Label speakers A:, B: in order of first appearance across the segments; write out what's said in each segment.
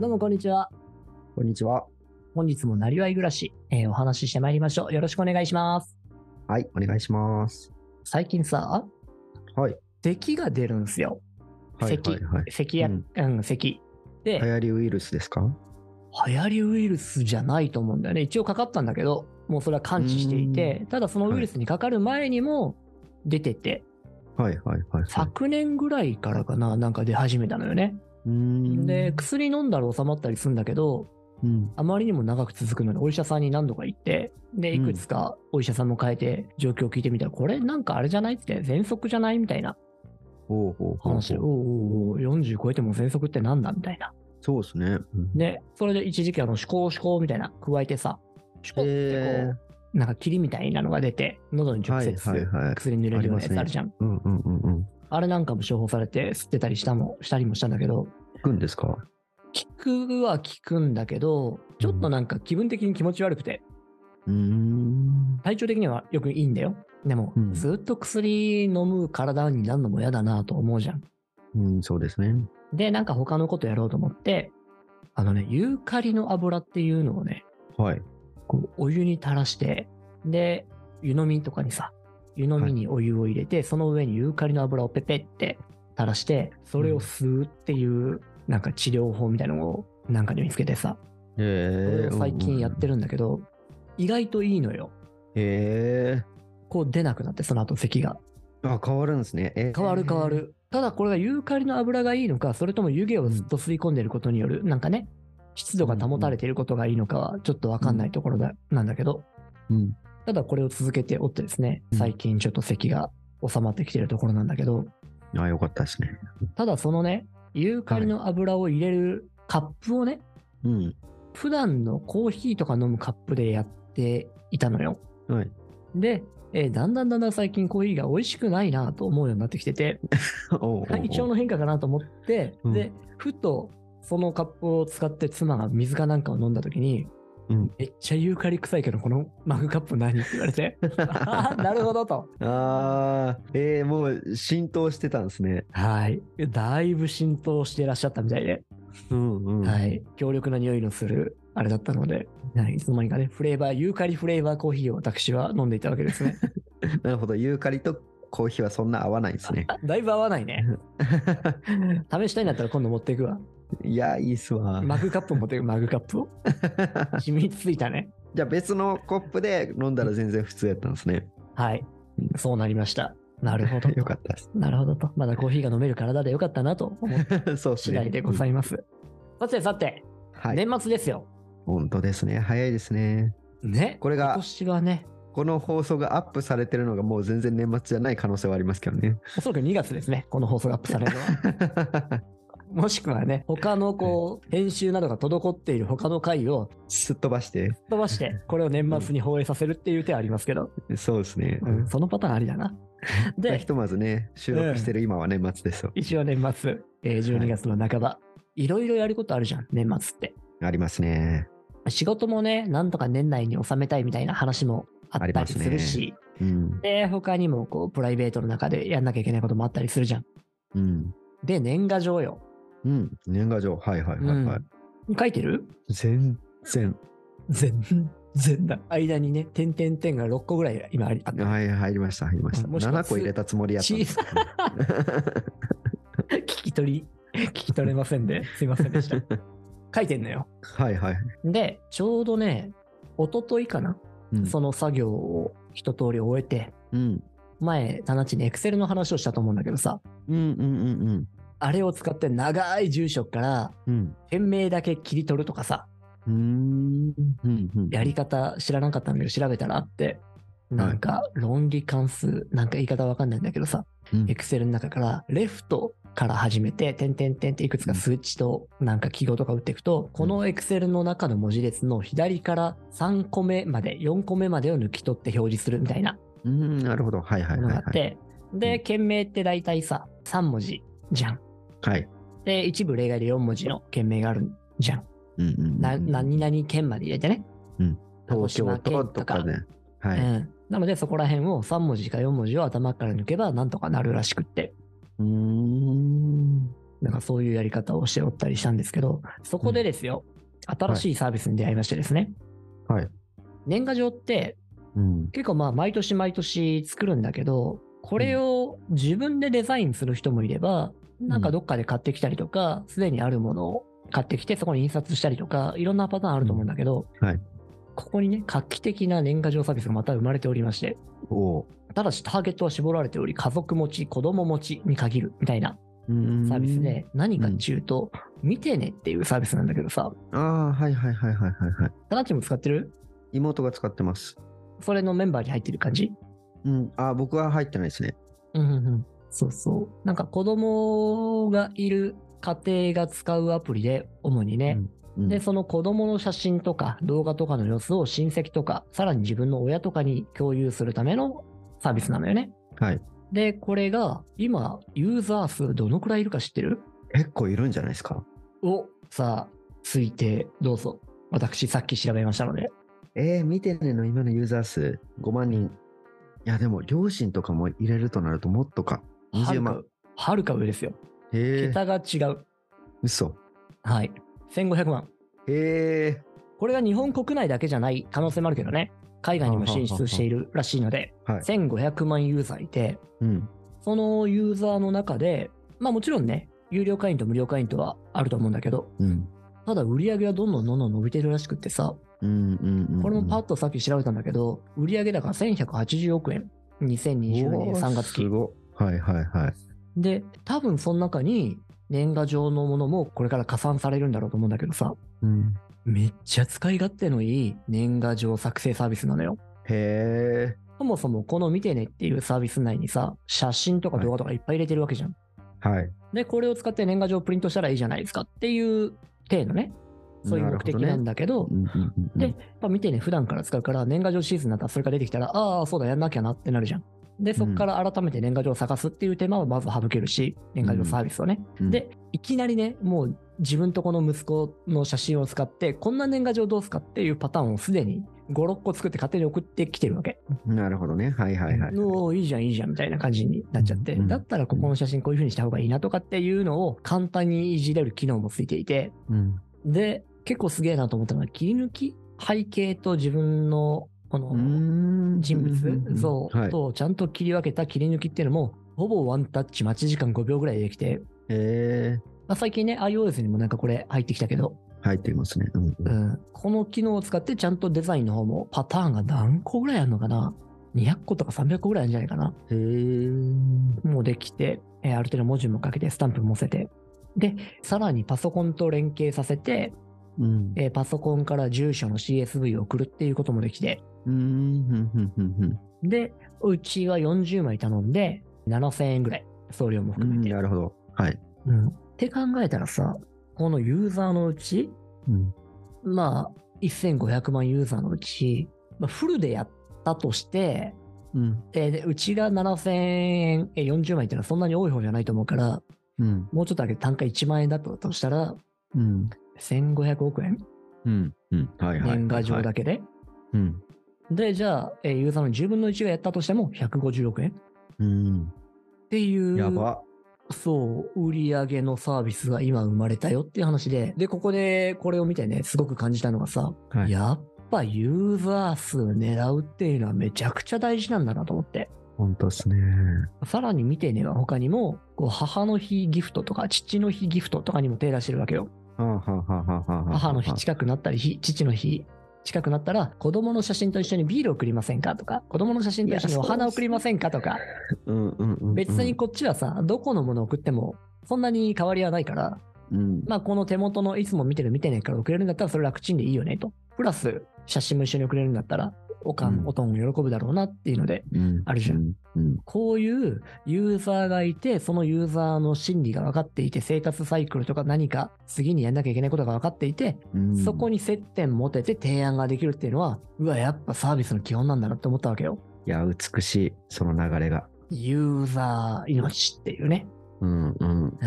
A: どうもこんにちは。
B: こんにちは。
A: 本日もなりわい暮らし、えーお話ししてまいりましょう。よろしくお願いします。
B: はい、お願いします。
A: 最近さ、
B: はい。
A: 咳が出るんすよ。
B: はい、
A: 咳
B: はい、はい。
A: 咳や、う
B: うんん、
A: 咳。で、
B: 流行りウイルスですか
A: 流行りウイルスじゃないと思うんだよね。一応かかったんだけど、もうそれは完治していて、ただそのウイルスにかかる前にも出てて、
B: はい、はい、はい。はい
A: 昨年ぐらいからかな、なんか出始めたのよね。
B: うーん
A: で、薬飲んだら収まったりするんだけど、
B: うん。
A: あまりにも長く続くので、お医者さんに何度か行って、で、いくつかお医者さんも変えて、状況を聞いてみたら、これなんかあれじゃないっつって、喘息じゃないみたいな
B: ほうほうほうほう。
A: 話で、おうおうおう、40超えても喘息ってなんだみたいな。
B: そうですね。うん
A: で、それで一時期、あの、思考思考みたいな、加えてさ、思考ってこう、
B: え
A: なんか霧みたいなのが出て、喉に直接
B: はいはいはい
A: 薬塗れるようなやつあるじゃん。
B: ー、うんうんうんうん。
A: あれなんかも処方されて、吸ってたりしたも、したりもしたんだけど、
B: 聞くんですか
A: 効くは効くんだけど、ちょっとなんか気分的に気持ち悪くて、
B: うーん。
A: 体調的にはよくいいんだよ。でも、
B: うん
A: ずっと薬飲む体になるのも嫌だなと思うじゃん。
B: うん、そうですね。
A: で、なんか他のことやろうと思って、あのね、ユーカリの油っていうのをね、
B: はい。
A: こうお湯に垂らして、で、湯飲みとかにさ、湯飲みにお湯を入れて、その上にユーカリの油をペペって垂らして、それを吸うっていう、なんか治療法みたいなのをなんかで見つけてさ、それ
B: え
A: を最近やって
B: る。
A: るんだけど、意外といいのよ。
B: え
A: こう出なくなって、その後咳が。
B: ー。あ、変わるんですね。えー
A: 変わる変わ。る。ただこれがユーカリの油がいいのか、それとも湯気をずっと吸い込んでいることによる、なんかね、湿度が保たれていることがいいのかはちょっとわかんないところだ、なんだけど、
B: うん。
A: ただこれを続けておってですね、
B: うん
A: 最近ちょっと咳が収まってきてるところなんだけど、
B: あ、よかったですね。
A: ただそのね、ユーカリの油を入れるカップをね、
B: うん。
A: 普段のコーヒーとか飲むカップでやっていたのよ。
B: はい。
A: で、えーだんだんだんだん最近コーヒーが美味しくないなと思うようになってきてて、
B: おうおうおう
A: 体調の変化かなと思って、
B: うん
A: で、ふとそのカップを使って妻が水かなんかを飲んだ時に、
B: うん
A: めっちゃユーカリ臭いけど、このマグカップ何って言われ て、あーなるほどと。
B: あー、えー、もう浸透してたんですね。
A: はい。だいぶ浸透していらっしゃったみたいで、
B: うんうん。。
A: はいい。強力な匂いのする、あれだったので、はい、いつの間にかね、フレーバー、ユーカリフレーバーコーヒーを私は飲んでいたわけです ね。
B: なるほど、ユーカリとコーヒーはそんな合わないんですね。
A: あだいぶ合わないね。試したいんだったら今度持っていくわ。
B: いや、いいっすわ。
A: マグカップ持っていく、マグカップを。染みついたね。
B: じゃあ別のコップで飲んだら全然普通やったんですね。
A: はい。そうなりました。なるほど。
B: よかったです
A: なるほどと。まだコーヒーが飲める体でよかったなと思った。
B: そうです
A: 次
B: ね。
A: 第でございます。 さてさて、
B: はい、
A: 年末ですよ。
B: 本当ですね。早いですね。
A: ね。
B: これ
A: 今
B: が、
A: 年はね、
B: この放送がアップされてるのがもう全然年末じゃない可能性はありますけどね。
A: おそらく2月ですね、この放送がアップされる のは。もしくはね、他のこう、編集などが滞っている他の回を
B: すっ飛ばして。
A: 飛ばして、これを年末に放映させるっていう手はありますけど、
B: そうですね。
A: うんそのパターンありだ な。
B: じゃあ
A: で
B: ひ、とまずね、収録してる今は年末ですよ。
A: 一応年末、えー12月の半ば、いろいろやることあるじゃん、年末って。
B: ありますね。
A: 仕事もね、なんとか年内に収めたいみたいな話もあった
B: ありま
A: り
B: す
A: す
B: ね
A: るし、
B: うん。
A: で、他にもこう、プライベートの中でやんなきゃいけないこともあったりするじゃん。
B: うん。
A: で、年賀状よ。
B: うん。年賀状。はいはいはいはい。
A: 書いてる
B: 全然。
A: 全然だ。間にね、点々点が6個ぐらい今ありあった。
B: はい、入りました、入りました。
A: もしくは
B: 7個入れたつもりやったんですけどね。
A: 聞き取り、聞き取れませんで、すいませんでした。書いてんのよ。
B: はいはい。
A: で、ちょうどね、一昨日かな、
B: うん
A: その作業を一通り終えて、
B: うん
A: 前、タナチに Excel の話をしたと思うんだけどさ、
B: うんうんうん
A: あれを使って長い住所から、
B: うん。
A: 店名だけ切り取るとかさ、
B: うん。うーん。うん
A: やり方知らなかったんだけど調べたらあって、なんか論理関数、なんか言い方わかんないんだけどさ、
B: うん
A: エクセルの中から、レフトから始めて、点点点っていくつか数値となんか記号とか打っていくと、このエクセルの中の文字列の左から3個目まで、4個目までを抜き取って表示するみたいな
B: うん。なるほど。はいはい
A: もの
B: はい
A: があ
B: は
A: っ
B: い。
A: て、で、件名って大体さ、3文字じゃん。
B: はい。
A: で、一部例外で4文字の件名があるじゃん。
B: うんうんうん
A: な何々県まで入れてね。
B: うん
A: 鹿児
B: 東
A: 島
B: 京
A: 県
B: 都
A: と
B: と
A: か
B: かね。は
A: う
B: い。
A: ん、なのでそこら辺を3文字か4文字を頭から抜けばなんとかなるらしくって
B: うーん。
A: なんかそういうやり方をしておったりしたんですけど、そこでですよ、新しいサービスに出会いましてですね。
B: はい。
A: 年賀状って
B: うん。
A: 結構まあ毎年毎年作るんだけど、これを自分でデザインする人もいれば、なんかどっかで買ってきたりとか、すでにあるものを買ってきてそこに印刷したりとか、いろんなパターンあると思うんだけど、
B: うんはい
A: ここにね、画期的な年賀状サービスがまた生まれておりまして、
B: おう
A: ただしターゲットは絞られており、家族持ち、子供持ちに限るみたいな
B: うん
A: サービスで、何かっていうと、見てねっていうサービスなんだけどさ、
B: ああ、はいはいはいはいはいはい。
A: タナッチも使ってる
B: 妹が使ってます。
A: それのメンバーに入ってる感じ
B: うん。あー僕は入ってないですね。
A: うんうんうん。そうそう。なんか子供がいる家庭が使うアプリで、主にね、
B: うん
A: で、その子供の写真とか動画とかの様子を親戚とか、さらに自分の親とかに共有するためのサービスなのよね。
B: はい。
A: で、これが今、ユーザー数どのくらいいるか知ってる
B: 結構いるんじゃないですか。
A: をさあ、推定どうぞ。私、さっき調べましたので。
B: えー、見てねの今のユーザー数5万人。いや、でも、両親とかも入れるとなるともっとか。20
A: は
B: 万
A: る。か。はるか上ですよ。
B: へえー、
A: 桁が違う。
B: 嘘。
A: はい。1500万。
B: へえ
A: これが日本国内だけじゃない可能性もあるけどね、海外にも進出しているらしいので、
B: ー、はい。
A: 1500万ユーザーいて、
B: うん。
A: そのユーザーの中で、まあもちろんね、有料会員と無料会員とはあると思うんだけど、
B: うん。
A: ただ売り上げはどんどんどんどん伸びてるらしくってさ、
B: うんうんうん。
A: これもパッ
B: と
A: とさっき調べたんだけど、売上高1180億円、2020年3月
B: す
A: 期。
B: ごい。はいはいはい。
A: で、多分その中に年賀状のものもこれから加算されるんだろうと思うんだけどさ、
B: うん、
A: めっちゃ使い勝手のいい年賀状作成サービスなのよ。
B: へえ。
A: そもそもこの見てねっていうサービス内にさ、写真とか動画とかいっぱい入れてるわけじゃん。
B: はい。
A: で、これを使って年賀状をプリントしたらいいじゃないですかっていう体のね、そういう目的
B: なるほどね
A: なんだけど、
B: うんうんうんうん
A: で、やっぱ見てね、普段から使うから、年賀状シーズンになったらそれが出てきたら、ああ、そうだ、やんなきゃなってなるじゃん。で、そこから改めて年賀状を探すっていう手間はまず省けるし、年賀状サービスをね。
B: うん
A: で、いきなりね、もう自分とこの息子の写真を使って、こんな年賀状どうすかっていうパターンをすでに5、6個作って勝手に送ってきてるわけ。
B: なるほどね。はいはいはい。
A: おーいいじゃん、いいじゃんみたいな感じになっちゃって、
B: うん
A: だったらここの写真こういう風にした方がいいなとかっていうのを簡単にいじれる機能もついていて、
B: うん
A: で、結構すげえなと思ったのは、切り抜き、背景と自分のこ
B: う
A: の
B: ん
A: 人物像
B: はい、
A: とちゃんと切り分けた切り抜きっていうのも、ほぼワンタッチ待ち時間5秒ぐらいでできて、
B: へえ。
A: まあ、最近ね、iOS にもなんかこれ入ってきたけど、
B: 入ってますね。うんうん
A: うん、この機能を使ってちゃんとデザインの方もパターンが何個ぐらいあるのかな ?200 個とか300個ぐらいあるんじゃないかな
B: へえ。
A: もうできて、えーある程度文字もかけて、スタンプも載せて、で、さらにパソコンと連携させて、
B: うん。
A: えーパソコンから住所の CSV を送るっていうこともできて、
B: うんうんうんうんうん
A: で、うちは40枚頼んで、7000円ぐらい、送料も
B: う
A: 含
B: ん
A: めて。
B: なるほど。はい。
A: うんって考えたらさ、このユーザーのうち、
B: うん
A: まあ、1500万ユーザーのうち、まあ、フルでやったとして、
B: うん
A: えーでうちが7000円、えー40枚っていうのはそんなに多い方じゃないと思うから、
B: うん
A: もうちょっとだけ単価1万円だったとしたら、
B: うん
A: 1500億円
B: うんうんはいはい。
A: 年賀状だ
B: はい
A: けで。
B: うん
A: で、じゃあ、えーユーザーの10分の1がやったとしても150億円っ
B: うん
A: ていう、
B: やば。
A: そう、売り上げのサービスが今生まれたよっていう話で、で、ここでこれを見てね、すごく感じたのがさ、
B: はい
A: やっぱユーザー数狙うっていうのはめちゃくちゃ大事なんだなと思って。
B: 本当ですね。
A: さらに見てねは他にも、こう母の日ギフトとか父の日ギフトとかにも手出してるわけよ。
B: はあはあはあはあはあはあ
A: 母の日近くなったり日、父の日近くなったら、子供の写真と一緒にビール送りませんかとか、子供の写真と一緒にお花送りませんかとか、
B: うんうんうんうん
A: 別にこっちはさ、どこのもの送っても、そんなに変わりはないから、
B: うん
A: まあこの手元のいつも見てる見てねえから送れるんだったらそれ楽ちんでいいよねと。プラス、写真も一緒に送れるんだったら、おか、
B: うんん
A: おとんが喜ぶだろうなっていうので、
B: うん
A: あるじゃん
B: うんうん
A: こういうユーザーがいて、そのユーザーの心理が分かっていて、生活サイクルとか何か次にやんなきゃいけないことが分かっていて、
B: うん
A: そこに接点持てて提案ができるっていうのは、うわ、やっぱサービスの基本なんだなって思ったわけよ。
B: いや美しいその流れが。
A: ユーザー命っていうね。
B: うんうん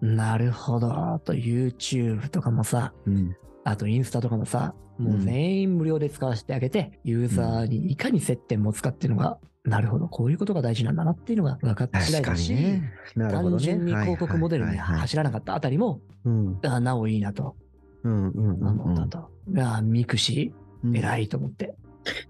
A: うん、なるほど。あと YouTube とかもさ、
B: うん
A: あとインスタとかもさ、もう全員無料で使わせてあげて、ユーザーにいかに接点持つかっていうのがなるほど、こういうことが大事なんだなっていうのが分かった次第
B: 確
A: だ
B: か
A: し、
B: にね。なるほ
A: 単
B: どね。
A: 純に広告モデル
B: はい
A: に
B: はいはいはい
A: 走らなかったあたりも、
B: うん
A: あなおいいなと
B: うんうんう
A: 思
B: ん
A: ったと。あミクシ
B: うん。
A: ー、
B: い。
A: 偉いと思って。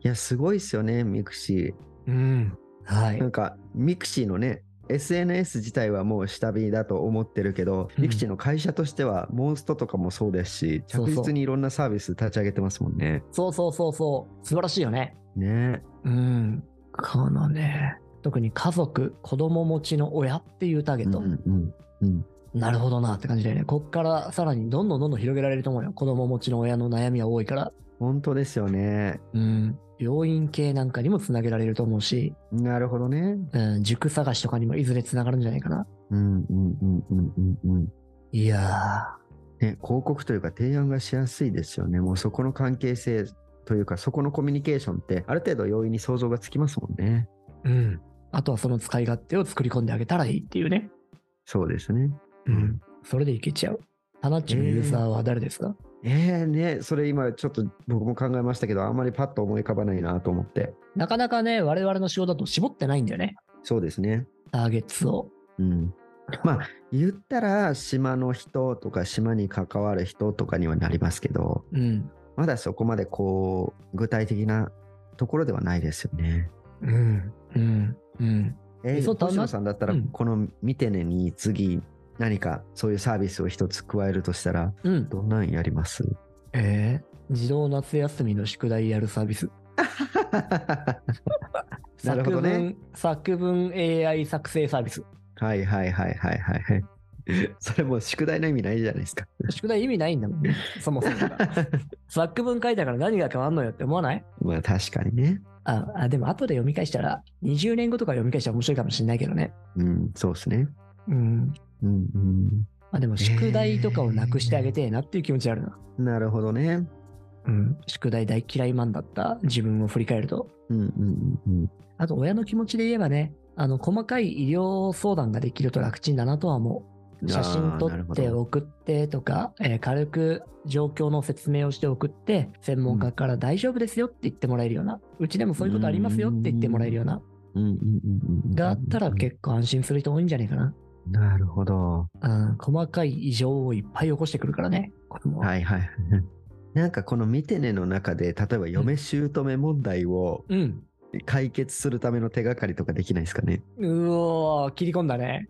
B: や、すごいっすよね、ミクシ
A: うん。はい
B: ー。な。んか、ミクシーのね、SNS 自体はもう下火だと思ってるけど、
A: うん
B: ミクシーの会社としては、モンストとかもそうですし、
A: そう
B: 着
A: そう
B: 実にいろんなサービス立ち上げてますもんね。
A: そうそうそうそう。素晴らしいよね。
B: ね
A: うん。このね、特に家族、子供持ちの親っていうターゲ
B: え
A: ット。
B: うんうんうん。
A: なるほどなって感じだよね。こっからさらにどんどんどんどん広げられると思うよ。子供持ちの親の悩みは多いから。
B: 本当ですよね。
A: うん。病院系なんかにもつなげられると思うし、
B: なるほどね。
A: うん、塾探しとかにもいずれつながるんじゃないかな。
B: うんうんうんうんうんうん。
A: いや
B: ね、広告というか提案がしやすいですよね。もうそこの関係性というか、そこのコミュニケーションって、ある程度容易に想像がつきますもんね。
A: ー。うん。あとはその使い勝手を作り込んであげたらいいっていうね。
B: そうですね。
A: うん。それでいけちゃう。タナッチのユーザーは誰ですか、
B: ええね、それ今ちょっと僕も考えましたけど、あんまりパッと思い浮かばないなと思って。
A: なかなかね、我々の仕事だと絞ってないんだよね。
B: そうですね。
A: ターゲッツを。
B: うん。まあ、言ったら島の人とか島に関わる人とかにはなりますけど、
A: うん。
B: まだそこまでこう、具体的なところではないですよね。
A: うん。うん。うん。
B: えー、
A: そう
B: 星野さんだったら、
A: うん
B: この見てねに次何かそういうサービスを一つ加えるとしたら、
A: うん。
B: どんなんやります
A: えー、自動夏休みの宿題やるサービス。
B: なるほどね
A: 作文。作文 AI 作成サービス。
B: はいはいはいはいはいはい。それもう宿題の意味ないじゃないですか。
A: 宿題意味ないんだもんね。そもそも が。作文書いたから何が変わんのよって思わない
B: まあ確かにね。
A: ああ、でも後で読み返したら、20年後とか読み返したら面白いかもしれないけどね。
B: うん、そうですね。
A: うん。
B: うん
A: まあでも宿題とかをなくしてあげてえなっていう気持ちあるな。
B: うん。なるほどね。
A: うん。宿題大嫌いマンだった自分を振り返ると。
B: うんうんうんうん。
A: あと親の気持ちで言えばね、あの、細かい医療相談ができると楽ちんだなとは思う。写真撮
B: あーなる
A: っ
B: ほ
A: て
B: ど
A: 送ってとか、えー軽く状況の説明をして送って専門家から大丈夫ですよって言ってもらえるような、うちでもそういうことありますよって言ってもらえるような
B: うんうんうんうん。
A: があったら
B: 構。
A: 結構安心する人多いんじゃないかな、
B: なるほど。
A: うん、細かい異常をいっぱい起こしてくるからねこれも、
B: はいはいはい。 なんかこの見てねの中で、例えば嫁姑問題を
A: うん
B: 解決するための手がかりとかできないですかね。
A: うおー切り込んだ ね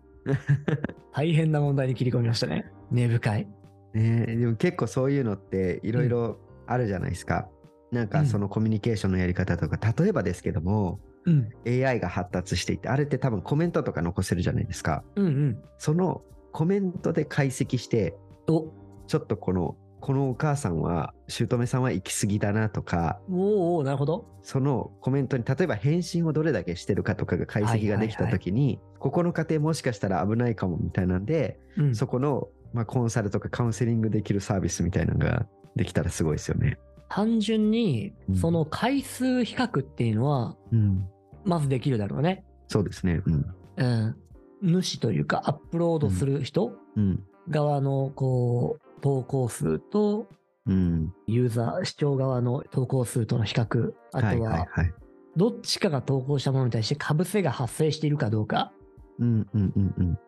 A: 大変な問題に切り込みましたね根深い
B: ねえでも結構そういうのっていろいろあるじゃないですか。なんかそのコミュニケーションのやり方とか、例えばですけども、
A: うん、
B: AI が発達していて、あれって多分コメントとか残せるじゃないですか。
A: うんうん
B: そのコメントで解析して、
A: お
B: ちょっとこの、このお母さんは、姑さんは行き過ぎだなとか、
A: おーおーなるほど
B: そのコメントに、例えば返信をどれだけしてるかとかが解析ができたときに、ここの家庭もしかしたら危ないかもみたいなんで、
A: うん
B: そこの、まあ、コンサルとかカウンセリングできるサービスみたいなのができたらすごいですよね。
A: 単純に
B: うん
A: その回数比較っていうのは
B: うん。
A: まずできるだろうね。
B: そうですね。うん。
A: うん、主というかアップロードする人
B: うん。
A: 側のこう投稿数と
B: うん。
A: ユーザー視聴側の投稿数との比較あと
B: はいはい
A: は
B: はい。
A: どっちかが投稿したものに対してかぶせが発生しているかどうか
B: うんうんうん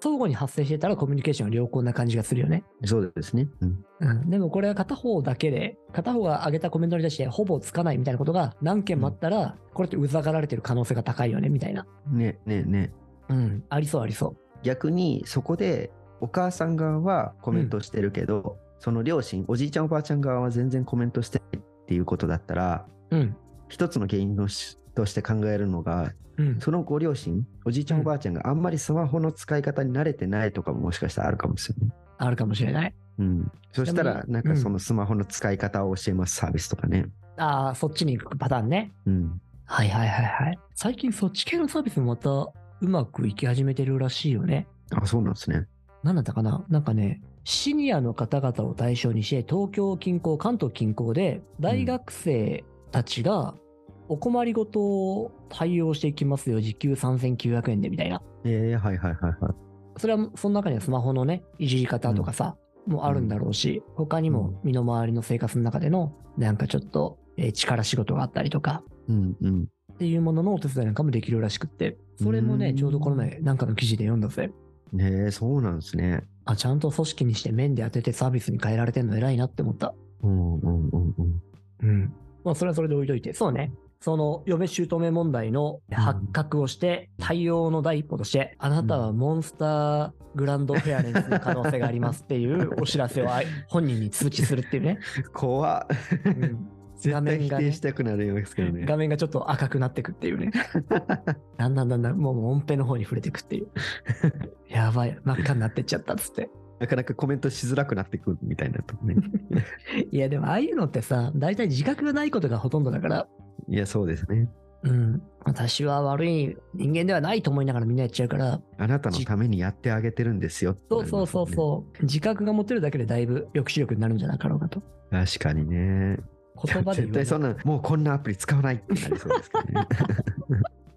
A: 相互に発生してたらコミュニケーションが良好な感じがするよね。
B: うん。そうですね。うん。
A: うん、でもこれは片方だけで片方が上げたコメントに対してほぼつかないみたいなことが何件もあったらこれってうざがられてる可能性が高いよねみたいな。
B: ねねね。
A: うん、ありそうありそう。
B: 逆にそこでお母さん側はコメントしてるけど、その両親おじいちゃんおばあちゃん側は全然コメントしてないっていうことだったら
A: うん。
B: 一つの原因のしとして考えるのが
A: うん。
B: そのご両親おじいちゃんおばあちゃんがあんまりスマホの使い方に慣れてないとかももしかしたらあるかもしれない。
A: あるかもしれない。
B: うん、そしたら
A: ちなみに
B: なんかそのスマホの使い方を教えますサービスとかね。
A: ああ、そっちに行くパターンね。
B: うん、
A: はいはいはいはい。最近そっち系のサービスもまたうまくいき始めてるらしいよね。
B: あそうなんですね。
A: 何だったかななんかね、シニアの方々を対象にして、東京近郊、関東近郊で、大学生たちがお困りごとを対応していきますよ、時給3900円でみたいな。
B: えー、はいはいはいはい。
A: それは、その中にはスマホのね、いじり方とかさ、もあるんだろうし、他にも身の回りの生活の中での、なんかちょっと、えー力仕事があったりとか、
B: うんうん
A: っていうもののお手伝いなんかもできるらしくって、それも
B: う
A: ね、
B: ん
A: ちょうどこの前、なんかの記事で読んだぜ。
B: ねえ、そうなんですね。
A: あ、ちゃんと組織にして面で当ててサービスに変えられてんの偉いなって思った。
B: うんうんうんうん。
A: うん。まあ、それはそれで置いといて。そうね。その、嫁姑問題の発覚をして、対応の第一歩として、あなたはモンスターグランドフェアレンスの可能性がありますって いうお知らせをあい本人に通知するっていうね。
B: 怖っ。
A: うん画
B: 絶対
A: 面
B: 否
A: が
B: 定
A: ね
B: したくなるようですけどね。
A: 画面がちょっと赤くなってくっていう ね。だんだんだんだん、もう音符の方に触れてくっていう。 やばい、真っ赤になってっちゃったっつって。
B: なかなかコメントしづらくなってくるみたいなと こね。
A: いや、でもああいうのってさ、大体自覚がないことがほとんどだから、
B: いや、そうですね。
A: うん、私は悪い人間ではないと思いながらみんなやっちゃうから、
B: あなたのためにやってあげてるんですよ、
A: そうそうそう
B: う。
A: そう、自覚が持てるだけでだいぶ抑止力になるんじゃなかろうかと。
B: 確かにね。
A: 言葉で
B: 絶
A: 言わ
B: 対そ
A: そ
B: んな、もうこんなアプリ使わないってなりそうですけ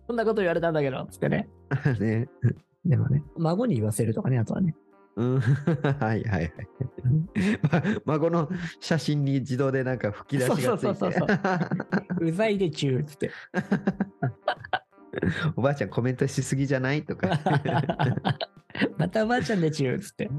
A: そんなこと言われたんだけど、つってね。
B: どね。 ね。
A: でもね、孫に言わせるとかね、あとはね。
B: うん、 はいはいはい
A: うん。
B: ま孫の写真に自動でなんか吹き出しがつ
A: そうそうそうそう
B: いて。
A: うざいでちゅうっつ って。
B: おばあちゃんコメントしすぎじゃないと か。
A: またおばあちゃんでちゅうっつって。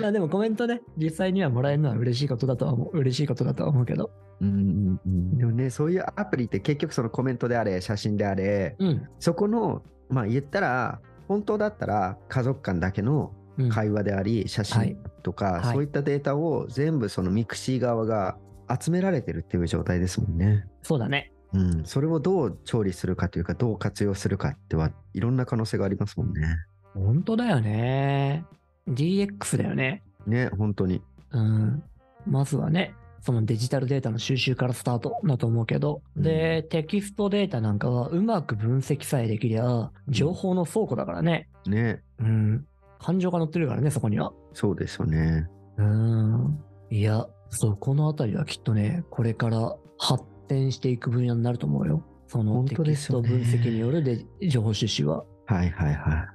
A: まあでもコメントね、実際にはもらえるのは嬉しいことだとは思う。嬉しいことだとは思うけど。
B: うんでもね、そういうアプリって結局そのコメントであれ、写真であれ、
A: うん。
B: そこの、まあ言ったら、本当だったら家族間だけの
A: うん、
B: 会話であり、写
A: はい
B: 真とか、
A: はい
B: そういったデータを全部そのミクシー側が集められてるっていう状態ですもんね。
A: そうだね。
B: うん、それをどう調理するかというか、どう活用するかってはいろんな可能性がありますもんね。
A: 本当だよね。DX だよね。
B: ね、本当に。
A: うん、まずはね、そのデジタルデータの収集からスタートだと思うけど、で、テキストデータなんかはうまく分析さえできりゃ、情報の倉庫だからね。
B: ね、
A: うん。感情が載ってるからね、そこには。
B: そうですよね。
A: うん。いや、そう、このあたりはきっとね、これから発展していく分野になると思うよ。その
B: 本
A: テ
B: 当
A: キ
B: で
A: ス
B: すよ
A: ト
B: ね
A: 分析によるで情報収集は。
B: はいはいは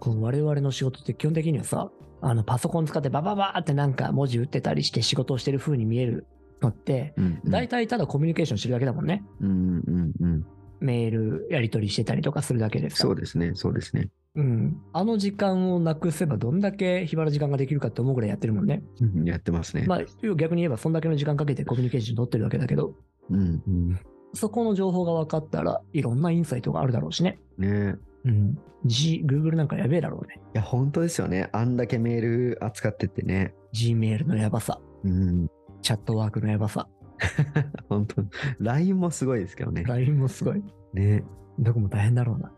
A: この我々の仕事って基本的にはさ、あのパソコン使ってバババーってなんか文字打ってたりして仕事をしてる風に見えるのって、
B: い。うん、うん
A: 大体ただコミュニケーションしてるだけだもんね。
B: うんうんうん。
A: メールやり取りしてたりとかするだけですから
B: そうですね、そうですね。
A: うん。あの時間をなくせばどんだけ暇な時間ができるかって思うぐらいやってるもんね。
B: うんやってますね。
A: まあ逆に言えばそんだけの時間かけてコミュニケーション取ってるわけだけど、
B: うんうん。
A: そこの情報が分かったらいろんなインサイトがあるだろうしね。
B: ね
A: うん。G、Google なんかやべえだろうね。
B: いや、本当ですよね。あんだけメール扱っててね。
A: Gmail のやばさ、
B: うん。
A: チャットワークのやばさ、
B: 本当 LINE もすごいですけどね。
A: LINE もすごい。
B: ね。
A: どこも大変だろうな。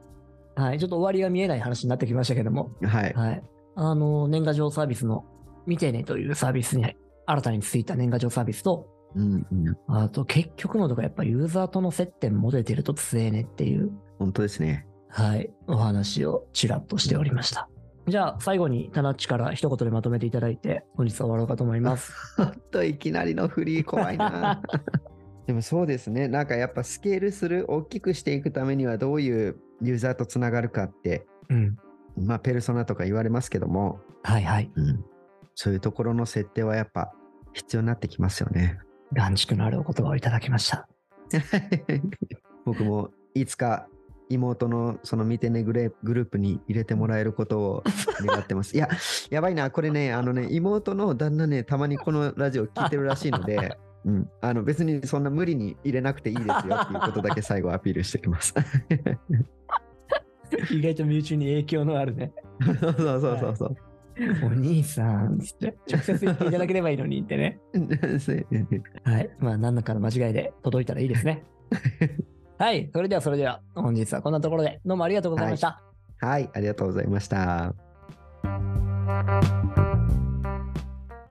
A: はい、ちょっと終わりが見えない話になってきましたけども、
B: はい。
A: はい。あの、年賀状サービスの、見てねというサービスに、新たについた年賀状サービスと、
B: うんうん。
A: あと結局のとこやっぱユーザーとの接点も出てると強えねっていう、
B: 本当ですね。
A: はい、お話をちらっとしておりました。じゃあ最後にタナッチから一言でまとめていただいて、本日は終わろうかと思います。
B: ちょっといきなりのフリー怖いな。 でもそうですね。なんかやっぱスケールする、大きくしていくためにはどういうユーザーとつながるかって、
A: うん。
B: まあペルソナとか言われますけども、
A: はいはい。
B: うん、そういうところの設定はやっぱ必要になってきますよね。
A: 眼蓄のあるお言葉をいただきました。
B: 僕もいつか妹のその見てねグレグループに入れてもらえることを願ってます。いや、やばいな、これね、あのね、妹の旦那ね、たまにこのラジオ聞いてるらしいので、うん、あの別にそんな無理に入れなくていいですよっていうことだけ最後アピールしてきます。
A: 意外と身内に影響のあるね。
B: そうそうそうそう。
A: お兄さん、つって、直接言っていただければいいのにってね。はい。まあ、何らかの間違いで届いたらいいですね。はい。それでは、それでは、本日はこんなところで、どうもありがとうございました。
B: はい、ありがとうございました。